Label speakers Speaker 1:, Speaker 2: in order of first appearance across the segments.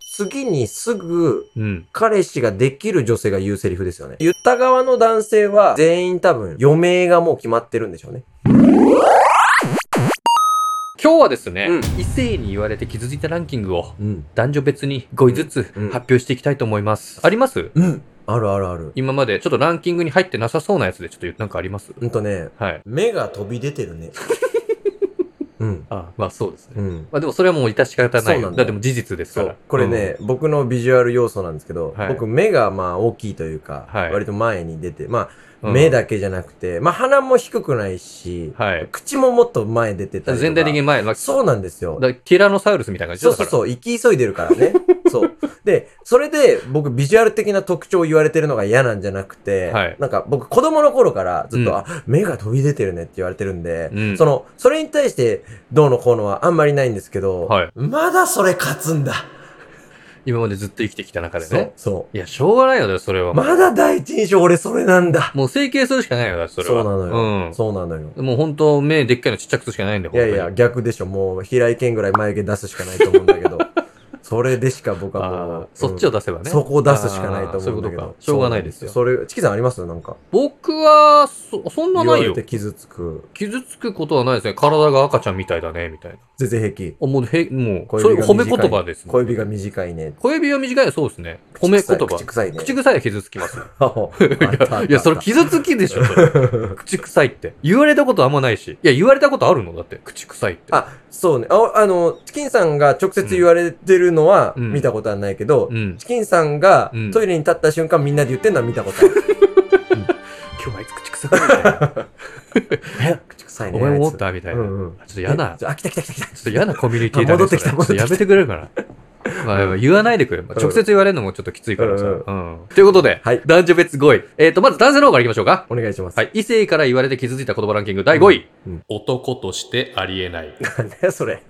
Speaker 1: 次にすぐ
Speaker 2: うん。
Speaker 1: 彼氏ができる女性が言うセリフですよね。言った側の男性は全員多分余命がもう決まってるんでしょうね。
Speaker 2: 今日はですね、
Speaker 1: うん
Speaker 2: 異性に言われて傷ついたランキングを
Speaker 1: うん。
Speaker 2: 男女別に5位ずつ
Speaker 1: うん
Speaker 2: 発表していきたいと思います。あります
Speaker 1: うん。あるあるある。
Speaker 2: 今までちょっとランキングに入ってなさそうなやつでちょっと言うなんかあります
Speaker 1: うんとね、
Speaker 2: はい。
Speaker 1: 目が飛び出てる ね。うん。
Speaker 2: あまあそうですね。
Speaker 1: うん。
Speaker 2: まあでもそれはもう致し方ない。
Speaker 1: そうなんだよ
Speaker 2: だってもう事実です
Speaker 1: そ
Speaker 2: から
Speaker 1: う。。これね、僕のビジュアル要素なんですけど、
Speaker 2: はい
Speaker 1: 僕目がまあ大きいというか、
Speaker 2: はい
Speaker 1: 割と前に出て、ま
Speaker 2: う
Speaker 1: あ
Speaker 2: ん、
Speaker 1: 目だけじゃなくて、まあ鼻も低くないし、
Speaker 2: はい。
Speaker 1: 口ももっと前出てたりとか。
Speaker 2: 全体的に前、まあ、
Speaker 1: そうなんですよ。
Speaker 2: だティラノサウルスみたいな感じ
Speaker 1: そう
Speaker 2: だか
Speaker 1: そう
Speaker 2: ら。う
Speaker 1: そう、生き急いでるから ね。そう。で、それで僕ビジュアル的な特徴を言われてるのが嫌なんじゃなくて、
Speaker 2: はい
Speaker 1: なんか僕子供の頃からずっと、
Speaker 2: うん
Speaker 1: あ、目が飛び出てるねって言われてるんで、
Speaker 2: うん
Speaker 1: その、それに対してどうのこうのはあんまりないんですけど、
Speaker 2: はい
Speaker 1: まだそれ勝つんだ。
Speaker 2: 今までずっと生きてきた中で
Speaker 1: そう
Speaker 2: ね。。
Speaker 1: そ
Speaker 2: いや、しょうがないよね、それは。
Speaker 1: う。まだ第一印象俺それなんだ。
Speaker 2: もう整形するしかないよ、だってそれは。
Speaker 1: そうなのよ。
Speaker 2: うん。
Speaker 1: そうなのよ。
Speaker 2: もう本当目でっかいのちっちゃくするしかないんだよ、
Speaker 1: いやいや、
Speaker 2: 本
Speaker 1: 逆でしょ。もう平井堅ぐらい眉毛出すしかないと思うんだけど、それでしか僕
Speaker 2: 当に
Speaker 1: はも
Speaker 2: あー
Speaker 1: う、
Speaker 2: そっちを
Speaker 1: 出
Speaker 2: 出せばね。
Speaker 1: そこを出すしかないと
Speaker 2: あーそう
Speaker 1: 思う
Speaker 2: いうんこ
Speaker 1: だけ
Speaker 2: と
Speaker 1: ど。
Speaker 2: か。しょうがないですよ。
Speaker 1: それ、チキさんありますなんか。
Speaker 2: 僕は、そ、そんな
Speaker 1: 言
Speaker 2: な
Speaker 1: わ
Speaker 2: い
Speaker 1: れ
Speaker 2: よ
Speaker 1: て。傷つく。
Speaker 2: 傷つくことはないですね。体が赤ちゃんみたいだね、みたいな。
Speaker 1: 全然平気。
Speaker 2: あもう、へ、もう、
Speaker 1: 小
Speaker 2: それ
Speaker 1: 指が
Speaker 2: 褒め
Speaker 1: 短い
Speaker 2: 言葉ですもん。
Speaker 1: 小指が短いね。
Speaker 2: 小指は短い、そうですね。褒め言葉。
Speaker 1: 口臭いね。
Speaker 2: 口臭いは傷つきます。
Speaker 1: い
Speaker 2: いや、いやそれ傷つきでしょ、それ 口臭いって。言われたことあんまないし。いや、言われたことあるのだって。口臭いって。
Speaker 1: あ、そうね。あ、あの、チキンさんが直接言われてるのは
Speaker 2: うん
Speaker 1: 見たことはないけど
Speaker 2: う、ん。
Speaker 1: チキンさんが
Speaker 2: うん
Speaker 1: トイレに立った瞬間みんなで言ってんのは見たことある。
Speaker 2: 今日あいつ口臭くないみたいな。
Speaker 1: え口臭いね。
Speaker 2: お前も
Speaker 1: あい
Speaker 2: 思
Speaker 1: つ
Speaker 2: ったみたいな。
Speaker 1: う
Speaker 2: ちょ
Speaker 1: んうん。
Speaker 2: っと嫌な
Speaker 1: え。ちょあ、来た来た来た来た。
Speaker 2: ちょっと嫌なコミュニティだ
Speaker 1: あ
Speaker 2: ね。
Speaker 1: 戻ってきた
Speaker 2: それちょっと
Speaker 1: 戻
Speaker 2: や
Speaker 1: って
Speaker 2: めてくれ るから。まあ、やっぱ言わないでくれ。まあ
Speaker 1: うん
Speaker 2: 直接言われるのもちょっときついからさ。
Speaker 1: う
Speaker 2: うんん。ということで、
Speaker 1: はい
Speaker 2: 男女別5位。えっ、と、まず男性の方からいきましょうか。
Speaker 1: お願いします。
Speaker 2: はい。異性から言われて傷ついた言葉ランキング第5位。
Speaker 1: うんうん
Speaker 2: 男としてありえない。い
Speaker 1: なんだよ、それ。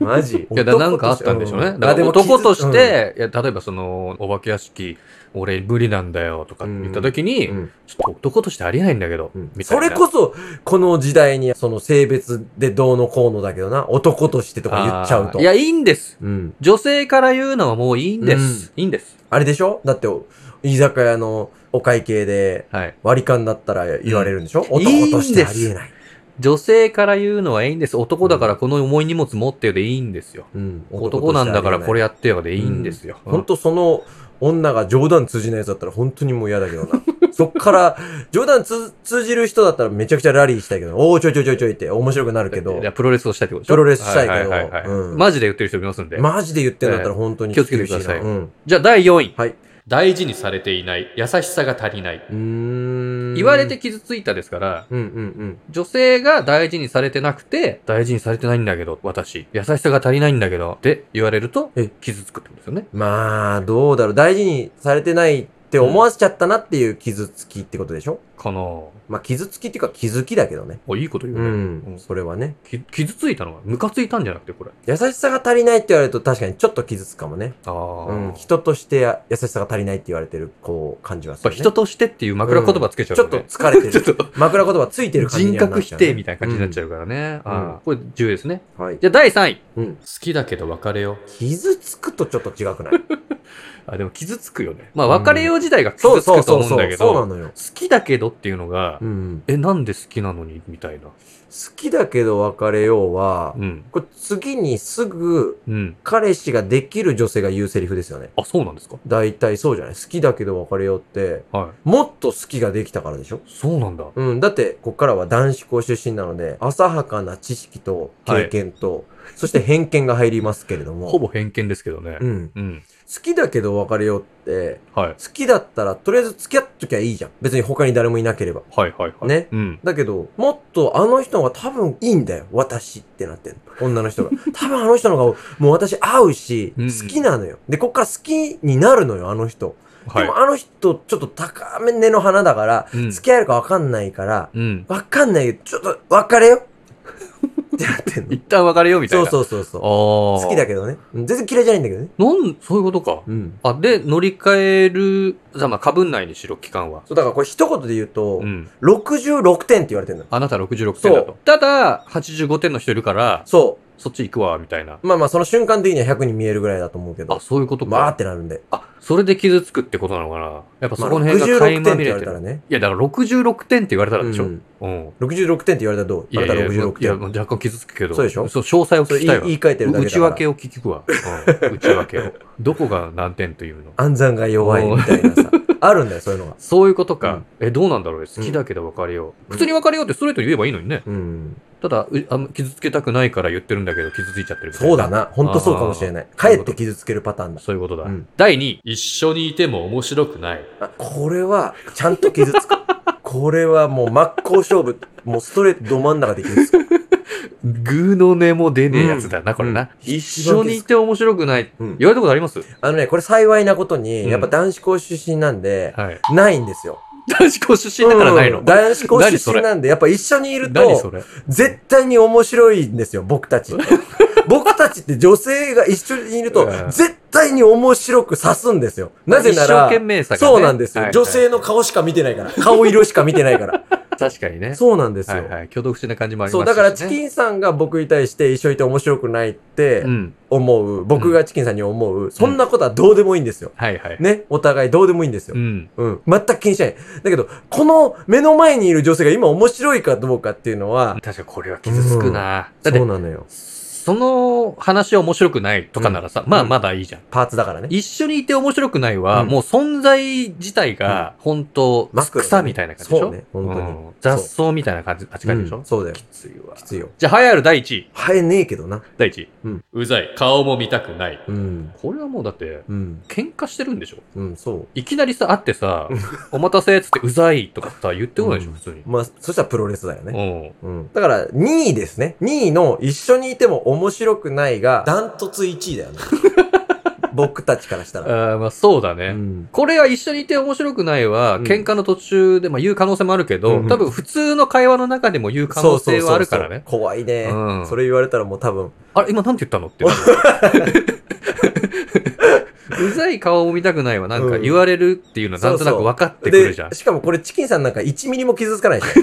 Speaker 1: マジ。
Speaker 2: や、だなんかあったんでしょうね。だから男とし、て、いや、例えばその、お化け屋敷、俺無理なんだよとか言った時に、
Speaker 1: うん
Speaker 2: ちょっと男としてありえないんだけど、
Speaker 1: うん
Speaker 2: みた
Speaker 1: そ
Speaker 2: いな。
Speaker 1: れこそ、この時代に、その性別でどうのこうのだけどな、男としてとか言っちゃう
Speaker 2: あ
Speaker 1: と。
Speaker 2: ーいや、いいんです。
Speaker 1: うん。
Speaker 2: 女性から言うのはもういいんです。いいんです。
Speaker 1: あれでしょだって、居酒屋のお会計で
Speaker 2: はい。
Speaker 1: 割り勘だったら言われるんでしょ、
Speaker 2: うん
Speaker 1: 男としてありえない。
Speaker 2: 女性から言うのはいいんです。男だからこの重い荷物持ってよでいいんですよ。
Speaker 1: うん。
Speaker 2: 男なんだからこれ
Speaker 1: や
Speaker 2: やってよでいいんですよ。
Speaker 1: ほんとその女が冗談通じないやつだったら本当にもう嫌だけどな。 そっから、冗談つ通じる人だったらめちゃくちゃラリーしたいけど、おーちょいちょいちょいちょいって面白くなるけど
Speaker 2: い、やプロレスをしたいってことでしょ
Speaker 1: プロレスしたいけど
Speaker 2: はいはいはいはい
Speaker 1: うん
Speaker 2: マジで言ってる人いますんで。
Speaker 1: マジで言ってんだったら本当に
Speaker 2: 気をつけてください
Speaker 1: 厳しなうん。
Speaker 2: じゃあ第4位。
Speaker 1: はい。
Speaker 2: 大事にされていない。優しさが足りない。
Speaker 1: うーん
Speaker 2: 言われて傷ついたですから、
Speaker 1: うんうん
Speaker 2: 女性が大事にされてなくて、大事にされてないんだけど、私。優しさが足りないんだけど、って言われると
Speaker 1: え、
Speaker 2: 傷つくってことですよね。
Speaker 1: うん。まあ、どうだろう。大事にされてないって思わせちゃったなっていう傷つきってことでしょ、
Speaker 2: かなぁ。
Speaker 1: まあ、傷つきっていうか気づきだけどね。
Speaker 2: おいいこと言う
Speaker 1: う
Speaker 2: ね。
Speaker 1: ん。それはね。
Speaker 2: き傷ついたのは、ムカついたんじゃなくて、これ。
Speaker 1: 優しさが足りないって言われると確かにちょっと傷つくかもね。
Speaker 2: ああ。
Speaker 1: うん。
Speaker 2: やっ
Speaker 1: 人としてや優しさが足りないって言われてる、こう、感じはす
Speaker 2: ぱ
Speaker 1: る、ね。
Speaker 2: 人としてっていう枕言葉つけちゃう
Speaker 1: ちょっ
Speaker 2: と
Speaker 1: と
Speaker 2: ね、
Speaker 1: 疲れて る。
Speaker 2: ちょっと。
Speaker 1: 枕言葉ついてる感じ
Speaker 2: 人
Speaker 1: にはな
Speaker 2: 格
Speaker 1: っち
Speaker 2: 否
Speaker 1: ゃうね
Speaker 2: 定みたいな感じになっちゃうからね。
Speaker 1: うん
Speaker 2: ああ、これ重要ですね。
Speaker 1: うんはい。
Speaker 2: じゃあ第3位。
Speaker 1: うん。
Speaker 2: 好きだけど別れよう。
Speaker 1: 傷つくとちょっと違 くない
Speaker 2: あ、でも傷つくよね。まあ別れよう自体が傷つくと思うんだけ
Speaker 1: そうな
Speaker 2: ど、好
Speaker 1: のよ。
Speaker 2: きだけどっていうのが
Speaker 1: う、ん。
Speaker 2: え、なんで好きなのにみたいな。
Speaker 1: 好きだけど別れようは、
Speaker 2: うん。
Speaker 1: これ次にすぐ
Speaker 2: うん。
Speaker 1: 彼氏ができる女性が言うセリフですよね。
Speaker 2: あ、そうなんですか
Speaker 1: 大体そうじゃない好きだけど別れようって、
Speaker 2: は
Speaker 1: もっと好きができたからでしょ
Speaker 2: い。そうなんだ。
Speaker 1: うん。だって、こっからは男子校出身なので、浅はかな知識と経験と、そして偏見が入りますけれども。
Speaker 2: ほぼ偏見ですけどね
Speaker 1: う。ん。
Speaker 2: うん。
Speaker 1: 好きだけど別れようって、
Speaker 2: はい。
Speaker 1: 好きだったらとりあえず付き合っときゃいいじゃん。別に他に誰もいなければ。
Speaker 2: はいはいはい。
Speaker 1: ね
Speaker 2: うん。
Speaker 1: だけど、もっとあの人が多分いいんだよ。私ってなってんの。女の人が。 多分あの人の方が、もう私合うし、
Speaker 2: うんうん
Speaker 1: 好きなのよ。で、こっから好きになるのよ、あの人。
Speaker 2: は
Speaker 1: で
Speaker 2: い
Speaker 1: も。あの人、ちょっと高め根の花だから、
Speaker 2: うん
Speaker 1: 付き合えるかわかんないから、
Speaker 2: うん。
Speaker 1: わかんないけど、ちょっと別れよってなってんの
Speaker 2: 一。旦別れ ようみたい
Speaker 1: そう
Speaker 2: な。う
Speaker 1: そうそうそう。
Speaker 2: そうああ。
Speaker 1: 好きだけどね。うん全然嫌いじゃないんだけどね。
Speaker 2: なん、そういうことか。
Speaker 1: うん。
Speaker 2: あ、で、乗り換える、さ、まあ、かぶんないにしろ、期間は。
Speaker 1: そう、だからこれ一言で言うと、
Speaker 2: うん。
Speaker 1: 66点って言われてんの。
Speaker 2: あなた66点だ
Speaker 1: そ
Speaker 2: と。ただ、85点の人いるから、
Speaker 1: そ
Speaker 2: そっち行くわ、みたいな。
Speaker 1: まあまあ、その瞬間的には100に見えるぐらいだと思うけど
Speaker 2: あ、。そういうこと
Speaker 1: まあっ
Speaker 2: か。
Speaker 1: てなるんで。
Speaker 2: あ、それで傷つくってことなのかな。やっぱそ
Speaker 1: まあ、
Speaker 2: この辺が垣
Speaker 1: 66点
Speaker 2: 間
Speaker 1: って言
Speaker 2: 見れ
Speaker 1: わ
Speaker 2: て
Speaker 1: れたら
Speaker 2: る。
Speaker 1: ね。
Speaker 2: いや、だから66点って言われたらでしょ。
Speaker 1: う
Speaker 2: うん
Speaker 1: ん。66点って言われたらどう
Speaker 2: いやい
Speaker 1: あな
Speaker 2: や
Speaker 1: た
Speaker 2: いや、
Speaker 1: 66
Speaker 2: いや
Speaker 1: 点。
Speaker 2: 若干傷つくけど。
Speaker 1: そうでしょ
Speaker 2: そう、詳細を
Speaker 1: そ
Speaker 2: 聞
Speaker 1: れ言
Speaker 2: きた
Speaker 1: い
Speaker 2: いわ
Speaker 1: 言。い換えてるだけだ
Speaker 2: 内
Speaker 1: から。
Speaker 2: 訳を聞くわ。うん、内 訳を。どこが何点というの
Speaker 1: 暗算が弱いみたいなさ。あるんだよ、そういうのが。
Speaker 2: そういうことか。
Speaker 1: うん
Speaker 2: え、どうなんだろう好きだけど別れよう。普通に別れようってストレートに言えばいいのにね。
Speaker 1: うん。
Speaker 2: ただうあの、傷つけたくないから言ってるんだけど、傷ついちゃってるみたい
Speaker 1: そうだ。な。ほんとそうかもしれない。かえって傷つけるパターンだ。
Speaker 2: そういうことだ。
Speaker 1: うん
Speaker 2: 第2位。一緒にいても面白くない。
Speaker 1: あこれは、ちゃんと傷つく。 これはもう真っ向勝負。もうストレートど真ん中で傷つく。
Speaker 2: グーの根も出ねえやつだな、これ
Speaker 1: うん
Speaker 2: な。一緒にいて面白くない。
Speaker 1: うん
Speaker 2: 言われたことあります
Speaker 1: あのね、これ幸いなことに、
Speaker 2: うん
Speaker 1: やっぱ男子校出身なんで、
Speaker 2: はい。
Speaker 1: ないんですよ。
Speaker 2: 男子校出身だからないの。
Speaker 1: うん男子校
Speaker 2: 何そ
Speaker 1: 出
Speaker 2: れ
Speaker 1: 身なんで、やっぱ一緒にいる
Speaker 2: 何そ
Speaker 1: と、
Speaker 2: れ
Speaker 1: 絶対に面白いんですよ、僕たち って。僕たちって女性が一緒にいると
Speaker 2: う、ん
Speaker 1: 絶対に面白く刺すんですよ。なぜな
Speaker 2: 一生
Speaker 1: ら、
Speaker 2: 懸命さがね
Speaker 1: そうなんです
Speaker 2: は
Speaker 1: よ。
Speaker 2: い
Speaker 1: 女性の顔しか見てないから。顔色しか見てないから。
Speaker 2: 確かに ね。
Speaker 1: そうなんです
Speaker 2: は
Speaker 1: よ
Speaker 2: い。はい。挙動不審な感じもありますし
Speaker 1: そう、
Speaker 2: ね。
Speaker 1: だからチキンさんが僕に対して一緒にいて面白くないって
Speaker 2: うん。
Speaker 1: 思う、僕がチキンさんに思う、そんなことはどうでもいいんですよ。
Speaker 2: はいはい。
Speaker 1: ね。お互いどうでもいいんですよ
Speaker 2: う。ん。
Speaker 1: うん。全く気にしない。だけど、この目の前にいる女性が今面白いかどうかっていうのは、
Speaker 2: 確かにこれは傷つくな。
Speaker 1: そ
Speaker 2: だっ
Speaker 1: う
Speaker 2: て、
Speaker 1: なのよ。
Speaker 2: その話は面白くないとかならさ、まあまだいいじゃん。
Speaker 1: パーツだからね。
Speaker 2: 一緒にいて面白くないは、
Speaker 1: うん
Speaker 2: もう存在自体が、本当、
Speaker 1: マスクだね
Speaker 2: 草みたいな感じでしょ
Speaker 1: そうね本当に
Speaker 2: ん雑草みたいな感じ、扱いでしょ、
Speaker 1: うんそうだよ
Speaker 2: き。ついわ
Speaker 1: き。ついよ。
Speaker 2: じゃあ、流行る第一位。
Speaker 1: 生えねえけどな。
Speaker 2: 第一位。
Speaker 1: うん
Speaker 2: ざい。顔も見たくない。
Speaker 1: うん。
Speaker 2: これはもうだって、
Speaker 1: うん。
Speaker 2: 喧嘩してるんでしょ
Speaker 1: うん、そう。
Speaker 2: いきなりさ、会ってさ、お待たせっつって、うざいとかさ、言ってこないでしょ、
Speaker 1: うん
Speaker 2: 普通に。
Speaker 1: まあ、そしたらプロレスだよね。
Speaker 2: うん。
Speaker 1: うん。だから、2位ですね。2位の一緒にいても面白くないが、ダントツ1位だよね。 僕たちからしたら。
Speaker 2: あーまあ、そうだね。
Speaker 1: うん。
Speaker 2: これは一緒にいて面白くないは、
Speaker 1: うん
Speaker 2: 喧嘩の途中で、まあ、言う可能性もあるけど、
Speaker 1: うん
Speaker 2: 多分普通の会話の中でも言う可能性はあるからね。
Speaker 1: そうそうそうそう怖いね、
Speaker 2: うん
Speaker 1: それ言われたらもう多分、
Speaker 2: あれ、今なんて言ったのってな る。うざい顔を見たくないは、なんか
Speaker 1: うん
Speaker 2: 言われるっていうのはなんとなく分かってくる
Speaker 1: で
Speaker 2: じゃん。、
Speaker 1: しかもこれチキンさんなんか1ミリも傷つかないでしょ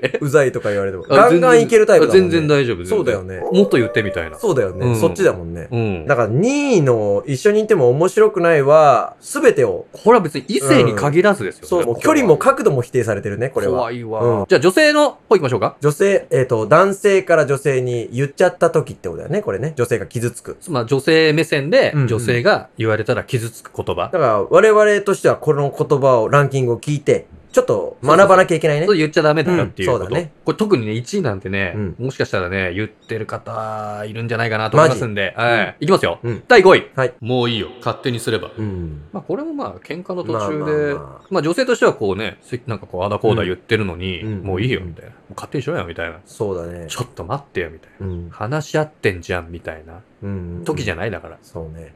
Speaker 1: うざいとか言われても。
Speaker 2: あ
Speaker 1: ガンガン
Speaker 2: 全然
Speaker 1: いけるタイプだもん、ね。
Speaker 2: あ全然大丈夫。全然
Speaker 1: そうだよね
Speaker 2: もっと言ってみたいな。
Speaker 1: そうだよね、
Speaker 2: うん
Speaker 1: そっちだもんね。
Speaker 2: うん。
Speaker 1: だから2位の一緒にいても面白くないは、すべてを、
Speaker 2: これは別に異性に限らずですよ、ね
Speaker 1: そう、もう距離も角度も否定されてるね、これは
Speaker 2: 怖。いわ。
Speaker 1: うん
Speaker 2: じゃあ女性の方行きましょうか。
Speaker 1: 女性、えっ、と、男性から女性に言っちゃった時ってことだよね、これね。女性が傷つく。
Speaker 2: まあ女性目線で
Speaker 1: うんうん
Speaker 2: 女性が言われたら傷つく言葉。
Speaker 1: だから、我々としてはこの言葉を、ランキングを聞いて、ちょっと学ばなきゃいけないね
Speaker 2: そう。言っちゃダメだよっていうこ
Speaker 1: うん
Speaker 2: と、
Speaker 1: そうだね
Speaker 2: これ特にね、1位なんてね、
Speaker 1: うん
Speaker 2: もしかしたらね、言ってる方いるんじゃないかなと思いますんで、はい。いきますよ。
Speaker 1: うん
Speaker 2: 第5位。
Speaker 1: はい
Speaker 2: もういいよ。勝手にすれば。
Speaker 1: うん。
Speaker 2: まあこれもまあ喧嘩の途
Speaker 1: まあ
Speaker 2: 中
Speaker 1: まあ
Speaker 2: で、まあ
Speaker 1: まあ
Speaker 2: 女性としてはこうね、せなんかこうあだこうだ言ってるのに、
Speaker 1: うん
Speaker 2: もういいよみたいな。もう勝手にしろよみたいな。
Speaker 1: そうだね。
Speaker 2: ちょっと待ってよみたいな。
Speaker 1: うん。
Speaker 2: 話し合ってんじゃんみたいな
Speaker 1: うん。
Speaker 2: 時じ
Speaker 1: ゃ
Speaker 2: ゃないだから。
Speaker 1: そう ね。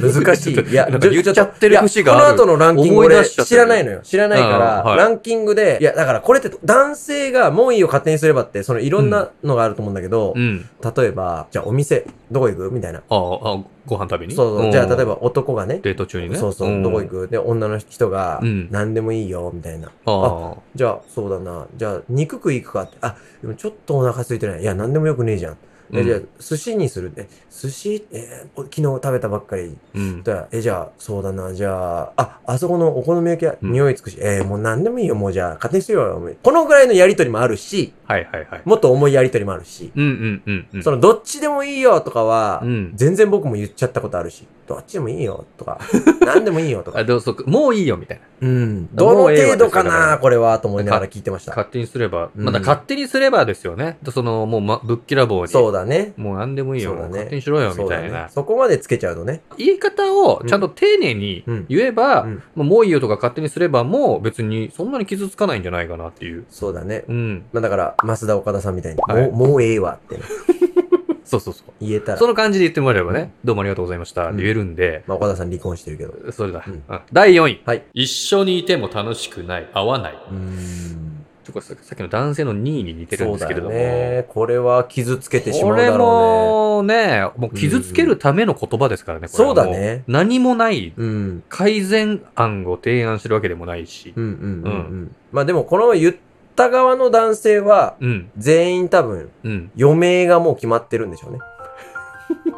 Speaker 1: 難し
Speaker 2: ちょ
Speaker 1: い。
Speaker 2: っと
Speaker 1: いや、
Speaker 2: なんか言っちゃってる
Speaker 1: いや
Speaker 2: 節がある
Speaker 1: この後のランキング
Speaker 2: 思い
Speaker 1: 俺
Speaker 2: 出しちゃって
Speaker 1: 知
Speaker 2: る
Speaker 1: らないのよ。知らないから、
Speaker 2: うんはい
Speaker 1: ランキングで、いや、だからこれって男性がもういいよ勝手にすればって、そのいろんなのがあると思うんだけど、
Speaker 2: うん。
Speaker 1: 例えば、じゃあお店、どこ行くみたいな。
Speaker 2: ああ、あご飯食べに
Speaker 1: そうそ
Speaker 2: ん
Speaker 1: う。じゃあ例えば男がね、
Speaker 2: デート中にね。
Speaker 1: そうそう、
Speaker 2: ん
Speaker 1: どこ行くで、女の人が、
Speaker 2: うん
Speaker 1: 何でもいいよ、みたいな。
Speaker 2: ああ。
Speaker 1: じゃあ、そうだな。じゃあ、肉食い行くかって。あ、でもちょっとお腹空いてない。いや、何でもよくねえじゃん。え、
Speaker 2: うん
Speaker 1: じゃあ、寿司にするえ、寿司、えーお昨日食べたばっかり。
Speaker 2: うん。
Speaker 1: だえ、じゃあ、そうだな。じゃあ、あ、あそこのお好み焼き屋、
Speaker 2: うん
Speaker 1: 匂いつくし。えーもう何でもいいよ。もうじゃあ、勝手にしてよ。もうこのぐらいのやりとりもあるし、
Speaker 2: はいはいはい。
Speaker 1: もっと重いやりとりもあるし、
Speaker 2: うんうんうんうん。
Speaker 1: その、どっちでもいいよとかは、
Speaker 2: うん
Speaker 1: 全然僕も言っちゃったことあるし、どっちでもいいよと か、何でもいいよと
Speaker 2: あ
Speaker 1: か。
Speaker 2: でもそうもういいよみたいな。
Speaker 1: うん。どの程度か
Speaker 2: もうええわですよだか
Speaker 1: な、
Speaker 2: ら
Speaker 1: これは、と思いながら聞いてました。
Speaker 2: 勝手にすれば、
Speaker 1: うん
Speaker 2: まだ勝手にすればですよね。その、もう、ま、ぶっきらぼうに。
Speaker 1: そうだね。
Speaker 2: もう何でもいいよ、
Speaker 1: そうだね
Speaker 2: 勝手にしろよ、
Speaker 1: そ
Speaker 2: み
Speaker 1: うだ
Speaker 2: たいな、
Speaker 1: ね。そこまでつけちゃうとね。
Speaker 2: 言い方をちゃんと丁寧に
Speaker 1: うん
Speaker 2: 言えば、
Speaker 1: うん
Speaker 2: まあもういいよとか勝手にすればもう別にそんなに傷つかないんじゃないかなっていう。
Speaker 1: そうだね。
Speaker 2: うん。
Speaker 1: まあだから、増田岡田さんみたいに、
Speaker 2: はい
Speaker 1: もう、もうええわってね、
Speaker 2: そうそうそう。
Speaker 1: 言えたら
Speaker 2: そ、の感じで言ってもらえればね、どうもありがとうございました。って言えるんで、
Speaker 1: まあ岡田さん離婚してるけど。う
Speaker 2: それだ、
Speaker 1: うん
Speaker 2: うん第4位。
Speaker 1: はい
Speaker 2: 一緒にいても楽しくない、合わない。
Speaker 1: ーん。
Speaker 2: ちょっとささっきの男性の2位に似てるん
Speaker 1: そう
Speaker 2: です
Speaker 1: だ
Speaker 2: けれど
Speaker 1: よ
Speaker 2: も。
Speaker 1: ね。これは傷つけてしま
Speaker 2: こ
Speaker 1: うだろ
Speaker 2: れもね、もう傷つけるための言葉ですからね、
Speaker 1: ん
Speaker 2: これはも
Speaker 1: そうだね
Speaker 2: 何もないう
Speaker 1: ね。うん。
Speaker 2: 改善案を提案してるわけでもないし
Speaker 1: う、んうんうんう。
Speaker 2: うん
Speaker 1: まあでも、この言っった側の男性は、
Speaker 2: うん。
Speaker 1: 全員多分、
Speaker 2: うん。
Speaker 1: 余命がもう決まってるんでし ょうね。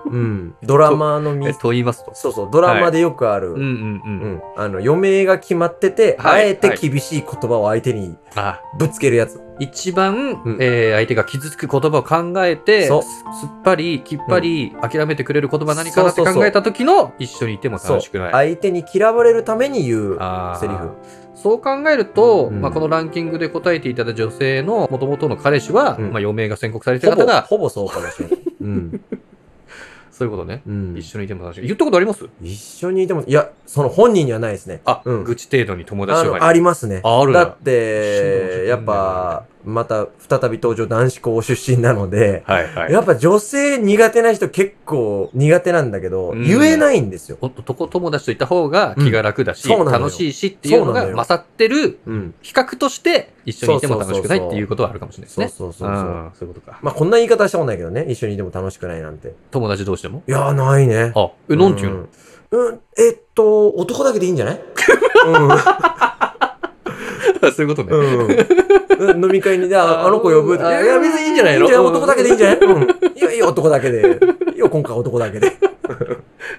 Speaker 1: うん。ドラマのみ
Speaker 2: え、、と言いますと。
Speaker 1: そうそう、ドラマでよくある、
Speaker 2: うんうんう。
Speaker 1: うんん。あの、余命が決まってて、
Speaker 2: はい
Speaker 1: あえて厳しい言葉を相手に
Speaker 2: あ、
Speaker 1: ぶつけるやつ。
Speaker 2: 一番、
Speaker 1: うん
Speaker 2: えー相手が傷つく言葉を考えて、
Speaker 1: そう
Speaker 2: すすっぱり、きっぱり、諦めてくれる言葉は何かなって
Speaker 1: そうそうそう
Speaker 2: 考えた時の、一緒にいても楽しくない。
Speaker 1: 相手に嫌われるために言う
Speaker 2: あー
Speaker 1: セリフ。
Speaker 2: そう考えると、
Speaker 1: うん
Speaker 2: まあ、このランキングで答えていただいた女性の元々の彼氏は、
Speaker 1: うん
Speaker 2: まあ、余命が宣告されて
Speaker 1: ほ
Speaker 2: る
Speaker 1: ぼ
Speaker 2: 方、が、
Speaker 1: ほぼそうかもしれない。うん。
Speaker 2: そういうことね。
Speaker 1: うん
Speaker 2: 一緒にいても楽しい。言ったことあります
Speaker 1: 一緒にいても、いや、その本人にはないですね。
Speaker 2: あ、
Speaker 1: うん
Speaker 2: 愚痴程度に友
Speaker 1: あ
Speaker 2: 達と
Speaker 1: の、
Speaker 2: か
Speaker 1: あ
Speaker 2: に。
Speaker 1: りますね。
Speaker 2: あ、ある
Speaker 1: だっ
Speaker 2: な。
Speaker 1: て、やっぱ、また再び登場男子校出身なので、
Speaker 2: はいはい。
Speaker 1: やっぱ女性苦手な人結構苦手なんだけど、
Speaker 2: うん
Speaker 1: 言えないんですよ。
Speaker 2: 男友達といた方が気が楽だし、
Speaker 1: うんそうなのよ
Speaker 2: 楽しいしっていうの
Speaker 1: そうな
Speaker 2: が
Speaker 1: のよ
Speaker 2: 勝ってる、
Speaker 1: うん。
Speaker 2: 比較として一緒にいても楽しくな
Speaker 1: そうそうそう
Speaker 2: い
Speaker 1: そう
Speaker 2: っていうことはあるかもしれないです
Speaker 1: そう
Speaker 2: ね。
Speaker 1: そうそううそ
Speaker 2: ん
Speaker 1: う。
Speaker 2: そういうことか。
Speaker 1: まあ、こんな言い方したことないけどね。一緒にいても楽しくないなんて。
Speaker 2: 友達同士でも
Speaker 1: いやー、ないね。
Speaker 2: あ、え、なん ていうの、
Speaker 1: うん、うんえっと、男だけでいいんじゃ ない
Speaker 2: そういうことね。
Speaker 1: うん。うん。飲み会に、ね、ああの子呼ぶって。い
Speaker 2: あ
Speaker 1: や、いや別にいいんじゃないの
Speaker 2: いいんじゃない
Speaker 1: 男だけでいいんじゃないうん。いや、いいよ男だけで。いいよ、今回男だけで。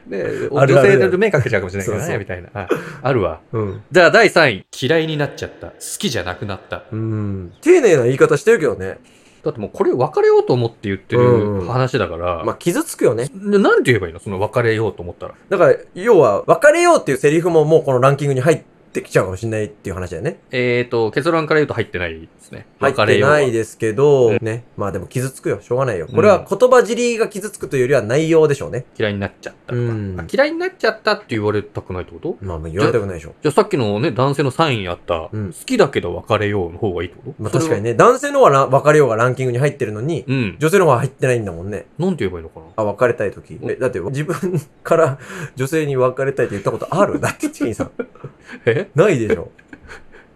Speaker 2: で、
Speaker 1: あるある
Speaker 2: 女性で目かけちゃうかもしれないけど
Speaker 1: そう
Speaker 2: ね、
Speaker 1: そう
Speaker 2: みたいな。ああるわ。
Speaker 1: うん。
Speaker 2: じゃあ第3位。嫌いになっちゃった。好きじゃなくなった。
Speaker 1: うん。丁寧な言い方してるけどね。
Speaker 2: だってもうこれ別れようと思って言って
Speaker 1: う
Speaker 2: る
Speaker 1: ん
Speaker 2: 話だから、
Speaker 1: まあ、傷つくよね。
Speaker 2: ななんて言えばいいのその別れようと思ったら。
Speaker 1: だから、要は、別れようっていうセリフももうこのランキングに入ってきちゃうかもしれないっていう話だよね。
Speaker 2: えーと、結論から言うと入ってないですね。
Speaker 1: 入っ
Speaker 2: 別れ
Speaker 1: て
Speaker 2: ようは。
Speaker 1: ないですけど、ね。まあでも傷つくよ。しょうがないよ。これは言葉尻が傷つくというよりは内容でしょうね。
Speaker 2: 嫌いになっちゃったと
Speaker 1: う
Speaker 2: か、
Speaker 1: ん
Speaker 2: あ嫌いになっちゃったって言われたくないってこと
Speaker 1: まあ、まあ言われたくないでしょ。
Speaker 2: じゃあさっきのね、男性のサインにあった、
Speaker 1: うん
Speaker 2: 好きだけど別れようの方がいいってこと
Speaker 1: まあ確かに
Speaker 2: ね。
Speaker 1: ね、男性の方がラ別れようがランキングに入ってるのに、
Speaker 2: うん。
Speaker 1: 女性の方は入ってないんだもんね。
Speaker 2: なんて言えばいいのかな
Speaker 1: あ、別れたい時。え、だって自分から女性に別れたいって言ったことあるだってチキンさん。
Speaker 2: え
Speaker 1: ないでしょ。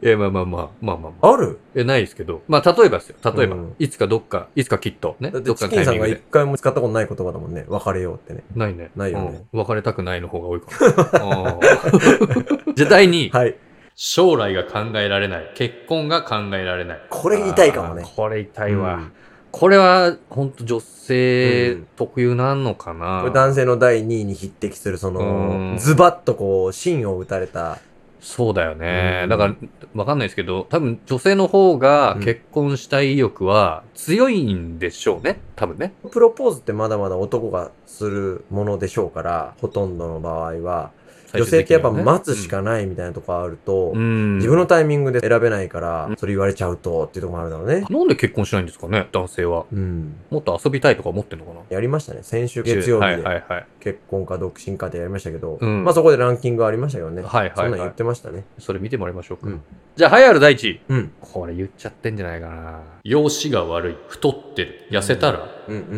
Speaker 2: え、まあまあまあ、まあまあまあ。
Speaker 1: ある
Speaker 2: え、ないですけど。まあ例えばですよ。例えば、
Speaker 1: うん
Speaker 2: いつかどっか、いつかきっと、ね。
Speaker 1: だっ
Speaker 2: ど
Speaker 1: て
Speaker 2: っか
Speaker 1: チキ
Speaker 2: のタ
Speaker 1: ン
Speaker 2: イ
Speaker 1: さ
Speaker 2: ミン
Speaker 1: ん
Speaker 2: グ
Speaker 1: が一。
Speaker 2: で
Speaker 1: 回も使ったことない言葉だもんね。別れようってね。
Speaker 2: ないね。
Speaker 1: ないよね
Speaker 2: うん別れたくないの方が多いかも。うんじゃあ第2位。
Speaker 1: はい。
Speaker 2: 将来が考えられない。結婚が考えられない。
Speaker 1: これ痛いかもね
Speaker 2: あーこれ痛いわ。
Speaker 1: うん
Speaker 2: これは、本当女性
Speaker 1: うん
Speaker 2: 特有なのかな、
Speaker 1: これ男性の第2位に匹敵する、そ
Speaker 2: うん
Speaker 1: の、ズバッとこう、芯を打たれた。
Speaker 2: そうだよね。
Speaker 1: うん
Speaker 2: だから、わかんないですけど、多分女性の方が
Speaker 1: うん
Speaker 2: 結婚したい意欲は強いんでしょうね。多分ね。
Speaker 1: プロポーズってまだまだ男がするものでしょうから、ほとんどの場合は。女性ってやっぱ待つしかないみたいなとこあると、
Speaker 2: うん、うん
Speaker 1: 自分のタイミングで選べないから
Speaker 2: う、
Speaker 1: それ言われちゃうとっていうところもあるだろうね。
Speaker 2: なんで結婚しないんですかね、男性は。
Speaker 1: うん。
Speaker 2: もっと遊びたいとか思ってんのかな
Speaker 1: やりましたね。先週月曜
Speaker 2: は
Speaker 1: 日
Speaker 2: いは
Speaker 1: で
Speaker 2: いはい。
Speaker 1: 結婚か独身かでやりましたけど、
Speaker 2: うん
Speaker 1: まあそこでランキングありましたけどね。
Speaker 2: はいはいはい
Speaker 1: そんなん言ってましたね。
Speaker 2: それ見てもらいましょうか。
Speaker 1: うん
Speaker 2: じゃあ、流行る第一位。
Speaker 1: うん。
Speaker 2: これ言っちゃってんじゃないかな。容姿が悪い。太ってる。痩せたら。
Speaker 1: うんうんうんう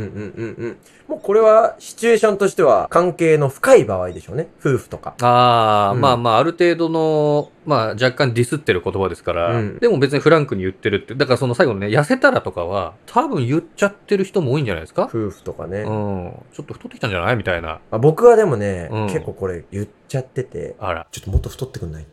Speaker 1: んうん。もうこれはシチュエーションとしては関係の深い場合でしょうね。夫婦とか。
Speaker 2: ああ、
Speaker 1: うん
Speaker 2: まあまあ、ある程度の、まあ、若干ディスってる言葉ですから、
Speaker 1: うん
Speaker 2: でも別にフランクに言ってるって、だからその最後のね、痩せたらとかは、多分言っちゃってる人も多いんじゃないですか
Speaker 1: 夫婦とかね。
Speaker 2: うん。ちょっと太ってきたんじゃないみたいな。
Speaker 1: まあ僕はでもね、
Speaker 2: うん
Speaker 1: 結構これ言っちゃってて、
Speaker 2: あら、
Speaker 1: ちょっともっと太ってくん ない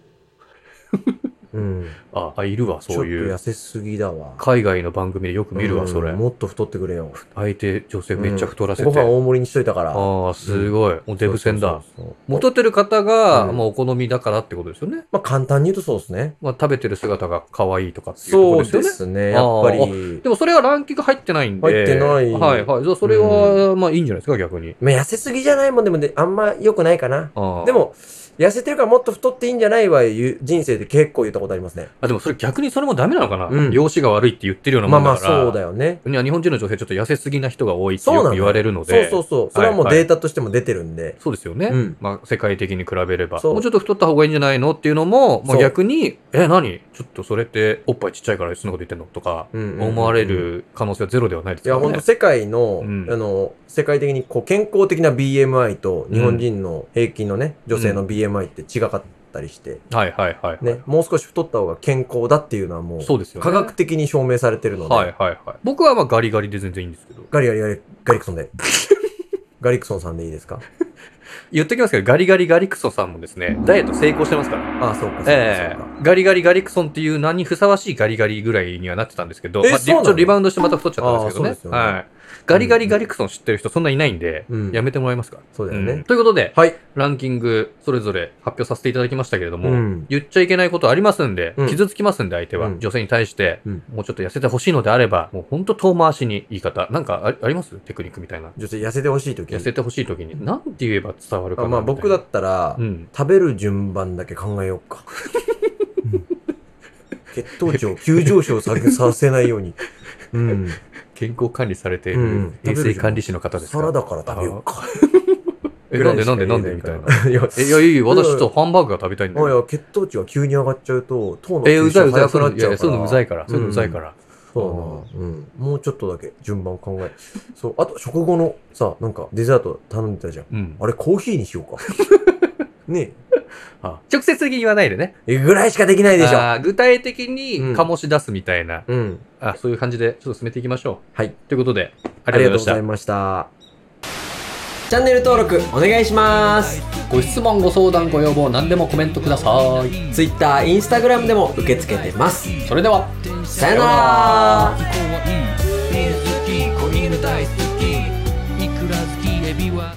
Speaker 1: うん。
Speaker 2: あ、あいるわ、そうい
Speaker 1: ちょ
Speaker 2: う
Speaker 1: っ。と痩せすぎだわ。
Speaker 2: 海外の番組でよく見るわ、それ
Speaker 1: うん。もっと太ってくれよ。
Speaker 2: 相手、女性めっちゃ太らせ
Speaker 1: ご
Speaker 2: て。
Speaker 1: 飯大盛りにしといたから。
Speaker 2: ああ、すごい。もうデブ戦だ。
Speaker 1: そうそうそう
Speaker 2: もう太ってる方が、
Speaker 1: うん
Speaker 2: まあ、お好みだからってことですよね。
Speaker 1: まあ簡単に言うとそうですね。
Speaker 2: まあ、食べてる姿が可愛いとかっていうとこ
Speaker 1: そ
Speaker 2: ろ
Speaker 1: う
Speaker 2: ですよ
Speaker 1: ですね。
Speaker 2: ね。
Speaker 1: やっぱ
Speaker 2: あ
Speaker 1: り。
Speaker 2: でもそれはランキング入ってないんで。
Speaker 1: 入ってない
Speaker 2: はいはい。じゃあそれは、まあいいんじゃないですか、逆に。
Speaker 1: まあ痩せすぎじゃないもんでもね、あんま良くないかな。
Speaker 2: あー
Speaker 1: で、も、痩せてるからもっと太っていいんじゃないは言う人生で結構言ったことありますね。
Speaker 2: あ、でもそれ逆にそれもダメなのかな、
Speaker 1: うん
Speaker 2: 容姿が悪いって言ってるような
Speaker 1: ま
Speaker 2: も
Speaker 1: あま
Speaker 2: ん
Speaker 1: あ
Speaker 2: だから。
Speaker 1: そうだよね。
Speaker 2: いや日本人の女性ちょっと痩せすぎな人が多いって
Speaker 1: そうな
Speaker 2: よ
Speaker 1: んだ
Speaker 2: く
Speaker 1: よ
Speaker 2: 言われるの
Speaker 1: そう
Speaker 2: で。
Speaker 1: そう
Speaker 2: そう
Speaker 1: そう。それはもう
Speaker 2: はいはい
Speaker 1: データとしても出てるんで。
Speaker 2: ですよね。
Speaker 1: うん
Speaker 2: まあ世界的に比べれば。
Speaker 1: そう
Speaker 2: もうちょっと太った方がいいんじゃないのっていうのも、まあ
Speaker 1: そう
Speaker 2: 逆に、え、何ちょっとそれっておっぱいちっちゃいからそんなこと言ってんのとか、
Speaker 1: うんうんうん
Speaker 2: 思われる可能性はゼロではないです
Speaker 1: いや、
Speaker 2: から
Speaker 1: ほん
Speaker 2: ね
Speaker 1: と。世界の、
Speaker 2: うん
Speaker 1: あの、世界的にこう健康的な BMI と日本人の平均のね、女性
Speaker 2: う
Speaker 1: の BMI って違かったりして、
Speaker 2: はいはいはい、はい
Speaker 1: ね、もう少し太った方が健康だっていうのはもう、
Speaker 2: そうですよね。
Speaker 1: 科学的に証明されてるので、
Speaker 2: はいはいはい。僕はまあガリガリで全然いいんですけど。
Speaker 1: ガリガリガリ、ガリクソンで。ガリクソンさんでいいですか
Speaker 2: 言っときますけど、ガリガリガリクソンさんもですね、ダイエット成功してますから。
Speaker 1: あ、そうか、そうか、
Speaker 2: え
Speaker 1: そ
Speaker 2: え
Speaker 1: うか。
Speaker 2: ガリガリガリクソンっていう名にふさわしいガリガリぐらいにはなってたんですけど、
Speaker 1: え
Speaker 2: まあ、
Speaker 1: そう
Speaker 2: リち
Speaker 1: な
Speaker 2: ょ
Speaker 1: の
Speaker 2: っとリバウンドしてまた太っちゃったんです
Speaker 1: あーそ
Speaker 2: けど
Speaker 1: う
Speaker 2: ね
Speaker 1: です。よね
Speaker 2: はい。ガリガリガリクソン知ってる人そんないないんで、
Speaker 1: うん
Speaker 2: やめてもらえますか、
Speaker 1: そうだよ
Speaker 2: うん
Speaker 1: ね。
Speaker 2: ということで、
Speaker 1: はい。
Speaker 2: ランキングそれぞれ発表させていただきましたけれども、
Speaker 1: うん。
Speaker 2: 言っちゃいけないことありますんで
Speaker 1: う、ん
Speaker 2: 傷つきますんで、相手は、
Speaker 1: うん
Speaker 2: 女性に対して、
Speaker 1: うん
Speaker 2: もうちょっと痩せてほしいのであれば、もうほんと遠回しに言い方、なんかあありますテクニックみたいな。
Speaker 1: 女性痩せてほしいとき
Speaker 2: 痩せてほしい時に、なんて言えば伝わるか
Speaker 1: あ
Speaker 2: な
Speaker 1: まあ僕だ
Speaker 2: て。
Speaker 1: ったら、
Speaker 2: うん。
Speaker 1: 食べる順番だけ考えよう か。うん血糖値を急上昇ささせないように。うん。
Speaker 2: 健康管理されていうる
Speaker 1: ん
Speaker 2: 衛生管理士の方ですか
Speaker 1: サラダから食べようか。
Speaker 2: え、なんでなんでなんでみたいな。。
Speaker 1: いや、
Speaker 2: え、いやいやいや、私ちょっとハンバーグが食べたいんだ
Speaker 1: もう
Speaker 2: よ。
Speaker 1: や血糖値が急に上がっちゃうと、糖の
Speaker 2: え、う
Speaker 1: 吸
Speaker 2: ざい
Speaker 1: 収
Speaker 2: うざ
Speaker 1: 早
Speaker 2: い。
Speaker 1: く
Speaker 2: そう
Speaker 1: な
Speaker 2: い
Speaker 1: っ
Speaker 2: うのい
Speaker 1: ちゃうから。
Speaker 2: やいやそういうのうざいから。そういうのうざいから。
Speaker 1: そうだな。うん。もうちょっとだけ順番考え。そう、あと食後のさ、なんかデザート頼んでたじゃん。
Speaker 2: うん。
Speaker 1: あれコーヒーにし ようか。ね
Speaker 2: あ直接的に言わないでね。
Speaker 1: え。ぐらいしかできないでしょ。
Speaker 2: あー具体的
Speaker 1: う
Speaker 2: に
Speaker 1: ん
Speaker 2: 醸し出すみたいな、
Speaker 1: うん。
Speaker 2: あ、そういう感じでちょっと進めていきましょう。
Speaker 1: はい。
Speaker 2: ということで、あ
Speaker 1: あ
Speaker 2: り
Speaker 1: り
Speaker 2: が
Speaker 1: が
Speaker 2: と
Speaker 1: とうご
Speaker 2: うござ
Speaker 1: ざ
Speaker 2: い
Speaker 1: い
Speaker 2: まし
Speaker 1: ました。チャンネル登録お願いします。
Speaker 2: た。ご質問、ご相談、ご要望、何でもコメントください。
Speaker 1: Twitter、Instagram でも受け付けてます。
Speaker 2: それでは。
Speaker 1: さよなら
Speaker 3: ビール好き、子犬大好き、いくら好き、エビは。